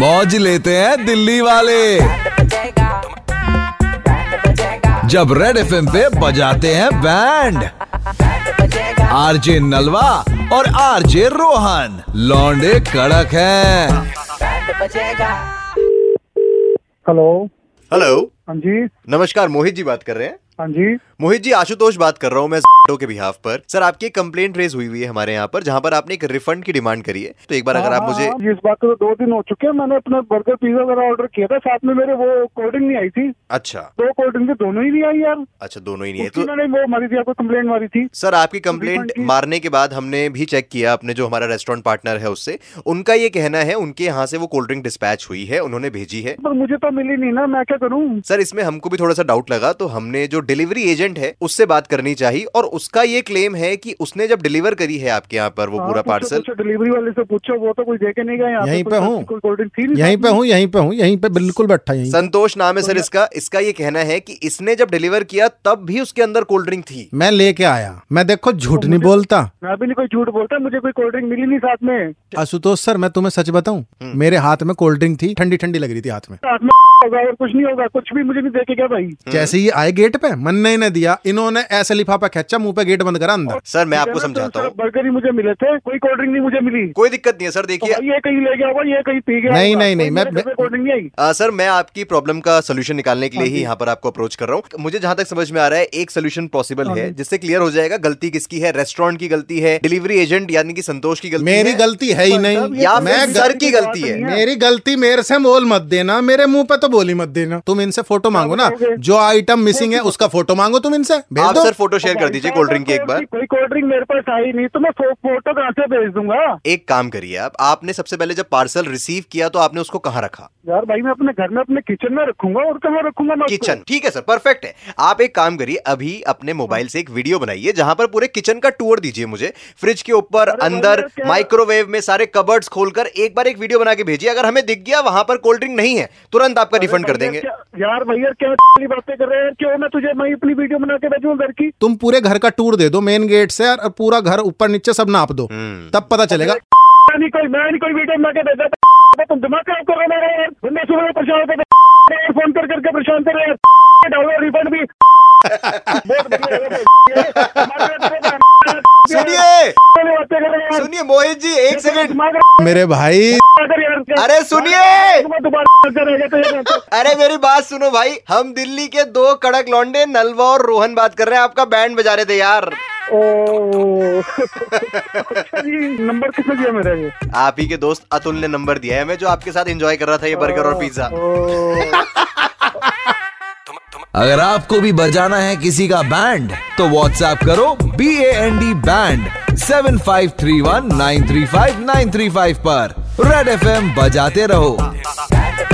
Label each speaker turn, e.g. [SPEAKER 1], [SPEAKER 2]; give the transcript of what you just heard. [SPEAKER 1] मौज लेते हैं दिल्ली वाले जब रेड एफ पे बजाते हैं बैंड आरजे नलवा और आरजे रोहन लौंडे कड़क हैं
[SPEAKER 2] हेलो
[SPEAKER 3] हेलो
[SPEAKER 2] हाँ जी
[SPEAKER 3] नमस्कार मोहित जी बात कर रहे हैं
[SPEAKER 2] हाँ जी
[SPEAKER 3] मोहित जी आशुतोष बात कर रहा हूँ मैं Zomato के बिहाफ पर सर आपकी एक कंप्लेंट रेज हुई हुई है हमारे यहाँ पर जहाँ पर आपने एक रिफंड की डिमांड करी है तो एक बार अगर
[SPEAKER 2] हाँ,
[SPEAKER 3] आप मुझे
[SPEAKER 2] हाँ, इस बात को तो दो दिन हो चुके हैं मैंने अपना बर्गर पिज्जा वगैरह ऑर्डर किया था साथ में मेरे वो कोल्ड ड्रिंक नहीं आई थी
[SPEAKER 3] अच्छा
[SPEAKER 2] दो कोल्ड ड्रिंक थी दोनों ही नहीं आई यार
[SPEAKER 3] अच्छा दोनों ही नहीं है
[SPEAKER 2] उसकी
[SPEAKER 3] तो
[SPEAKER 2] मैंने वो मारी थी आपको कंप्लेंट मारी थी
[SPEAKER 3] सर आपकी कंप्लेंट
[SPEAKER 2] की-
[SPEAKER 3] मारने के बाद हमने भी चेक किया अपने जो हमारा रेस्टोरेंट पार्टनर है उससे उनका ये कहना है उनके यहाँ से वो कोल्ड ड्रिंक डिस्पैच हुई है उन्होंने भेजी है
[SPEAKER 2] पर मुझे तो मिली नहीं ना मैं क्या हाँ, करूँ
[SPEAKER 3] सर इसमें हमको भी थोड़ा सा डाउट लगा तो हमने जो डिलीवरी एजेंट है उससे बात करनी चाहिए और उसका ये क्लेम है कि उसने जब डिलीवर करी है आपके यहाँ पर वो
[SPEAKER 2] हाँ,
[SPEAKER 3] पूरा
[SPEAKER 2] तो
[SPEAKER 3] पार्सल
[SPEAKER 2] डिलीवरी वाले से पूछो वो तो कोई देके नहीं गए यहाँ
[SPEAKER 4] यहीं पे
[SPEAKER 2] कोई-
[SPEAKER 4] हूँ।
[SPEAKER 2] कोई कोल्ड ड्रिंक थी नहीं
[SPEAKER 4] यहीं
[SPEAKER 2] साथ
[SPEAKER 4] पे
[SPEAKER 2] में।
[SPEAKER 4] हूँ यहीं पे हूँ यहीं पे बिल्कुल बैठा यहीं
[SPEAKER 3] संतोष नाम है
[SPEAKER 4] तो
[SPEAKER 3] सर इसका इसका ये कहना है कि इसने जब डिलीवर किया तब भी उसके अंदर कोल्ड ड्रिंक थी
[SPEAKER 4] मैं लेके आया मैं देखो झूठ नहीं
[SPEAKER 2] मुझे-
[SPEAKER 4] बोलता
[SPEAKER 2] मैं भी नहीं कोई झूठ बोलता मुझे कोई कोल्ड ड्रिंक मिली नहीं साथ में
[SPEAKER 4] आशुतोष सर मैं तुम्हें सच बताऊं
[SPEAKER 3] हम्म।
[SPEAKER 4] मेरे हाथ में कोल्ड ड्रिंक थी ठंडी ठंडी लग रही थी हाथ में
[SPEAKER 2] साथ में होगा और कुछ नहीं होगा कुछ भी मुझे नहीं देके गया भाई
[SPEAKER 3] हम्म।
[SPEAKER 4] जैसे ही आए गेट पे मन नहीं ने दिया इन्होंने ऐसे लिफाफा खेचा मुंह पे गेट बंद करा अंदर
[SPEAKER 3] सर मैं आपको
[SPEAKER 2] मुझे ना तो
[SPEAKER 3] समझाता
[SPEAKER 2] सिर्फ
[SPEAKER 3] हूँ
[SPEAKER 2] बर्गर ही मुझे मिले थे कोई कोल्ड ड्रिंक नहीं मुझे मिली
[SPEAKER 3] कोई दिक्कत नहीं है सर
[SPEAKER 2] तो
[SPEAKER 3] देखिए
[SPEAKER 2] भाई ये कहीं ले गया होगा ये कहीं पी गया
[SPEAKER 4] नहीं,
[SPEAKER 2] होगा।
[SPEAKER 4] नहीं, नहीं,
[SPEAKER 2] कोई
[SPEAKER 4] मैं-
[SPEAKER 2] मेरे घर पे कोल्ड ड्रिंक नहीं आई
[SPEAKER 3] आ, सर मैं आपकी प्रॉब्लम का सोल्यूशन निकालने
[SPEAKER 4] हाँ
[SPEAKER 3] के लिए ही यहाँ पर आपको अप्रोच कर रहा हूँ मुझे जहाँ तक समझ में आ रहा है एक सोल्यूशन पॉसिबल
[SPEAKER 4] हाँ
[SPEAKER 3] है जिससे क्लियर हो जाएगा गलती किसकी है रेस्टोरेंट की गलती है डिलीवरी एजेंट यानी कि संतोष की गलती
[SPEAKER 4] मेरी
[SPEAKER 3] है
[SPEAKER 4] गलती है ही नहीं
[SPEAKER 3] मतलब या
[SPEAKER 4] मैं
[SPEAKER 3] फिर
[SPEAKER 4] गल-
[SPEAKER 3] सर की गलती है
[SPEAKER 4] मेरी गलती मेरे से मोल मत देना मेरे मुंह पे तो बोली मत देना तुम इनसे फोटो मांगो ना
[SPEAKER 2] बताओगे?
[SPEAKER 4] जो आइटम मिसिंग है उसका फोटो मांगो तुम इनसे भेज
[SPEAKER 3] आप
[SPEAKER 4] दो
[SPEAKER 3] सर फोटो तो शेयर कर दीजिए कोल्ड ड्रिंक की एक बार
[SPEAKER 2] कोई कोल्ड ड्रिंक मेरे पास आई नहीं तो मैं फो- फोटो कहाँ से भेज दूंगा
[SPEAKER 3] एक काम करिए आप आपने सबसे पहले जब पार्सल रिसीव किया तो आपने उसको कहाँ रखा
[SPEAKER 2] यार भाई मैं अपने घर में अपने किचन में रखूंगा और कहाँ रखूंगा मैं उसको?
[SPEAKER 3] किचन ठीक है सर परफेक्ट है आप एक काम करिए अभी अपने मोबाइल से एक वीडियो बनाइए जहां पर पूरे किचन का टूर दीजिए मुझे फ्रिज के ऊपर
[SPEAKER 2] अरे
[SPEAKER 3] अंदर
[SPEAKER 2] भैया, क्या-
[SPEAKER 3] माइक्रोवेव में सारे कबर्ड्स खोलकर एक बार एक वीडियो बना के भेजिए अगर हमें दिख गया वहां पर कोल्ड ड्रिंक नहीं है तुरंत आपका
[SPEAKER 2] अरे
[SPEAKER 3] रिफंड कर
[SPEAKER 2] भैया,
[SPEAKER 3] देंगे
[SPEAKER 2] क्या- यार भैया क्या वाली बातें कर रहे हैं क्यों मैं तुझे मैं अपनी वीडियो बना के भेजूँ घर की
[SPEAKER 4] तुम पूरे घर का टूर दे दो मेन गेट से और पूरा घर ऊपर नीचे सब नाप दो
[SPEAKER 3] हम्म।
[SPEAKER 4] तब पता चलेगा
[SPEAKER 2] मैं नहीं कोई मैं नहीं कोई वीडियो बना के भेजा था। तुम दिमाग खराब कर रहे हो मेरा यार बंदे सुबह परेशान होते थे यार, फोन कर करके परेशान कर रहे हैं डाउनलोड रिफंड भी बहुत बढ़िया है, बहुत बढ़िया है।
[SPEAKER 3] सुनिए
[SPEAKER 2] वाली बातें कर रहे हैं यार।
[SPEAKER 3] सुनिए मोहित जी एक सेकंड
[SPEAKER 2] दिमाग
[SPEAKER 4] मेरे भाई
[SPEAKER 2] अगर यार-
[SPEAKER 3] अरे सुनिए!
[SPEAKER 2] तुम दोबारा करेगा तो ये बात-
[SPEAKER 3] अरे मेरी बात सुनो भाई हम दिल्ली के दो कड़क लौंडे नलवा और रोहन बात कर रहे हैं आपका बैंड बजा रहे थे यार
[SPEAKER 2] ओ अच्छा जी नंबर किसने दिया मेरा ये
[SPEAKER 3] आप ही के दोस्त अतुल ने नंबर दिया है हमें जो आपके साथ एंजॉय कर रहा था ये बर्गर और पिज्जा
[SPEAKER 2] ओ
[SPEAKER 1] अगर आपको भी बजाना है किसी का बैंड तो व्हाट्सएप करो B A N D band seven five three one nine three five nine three five पर रेड एफ बजाते रहो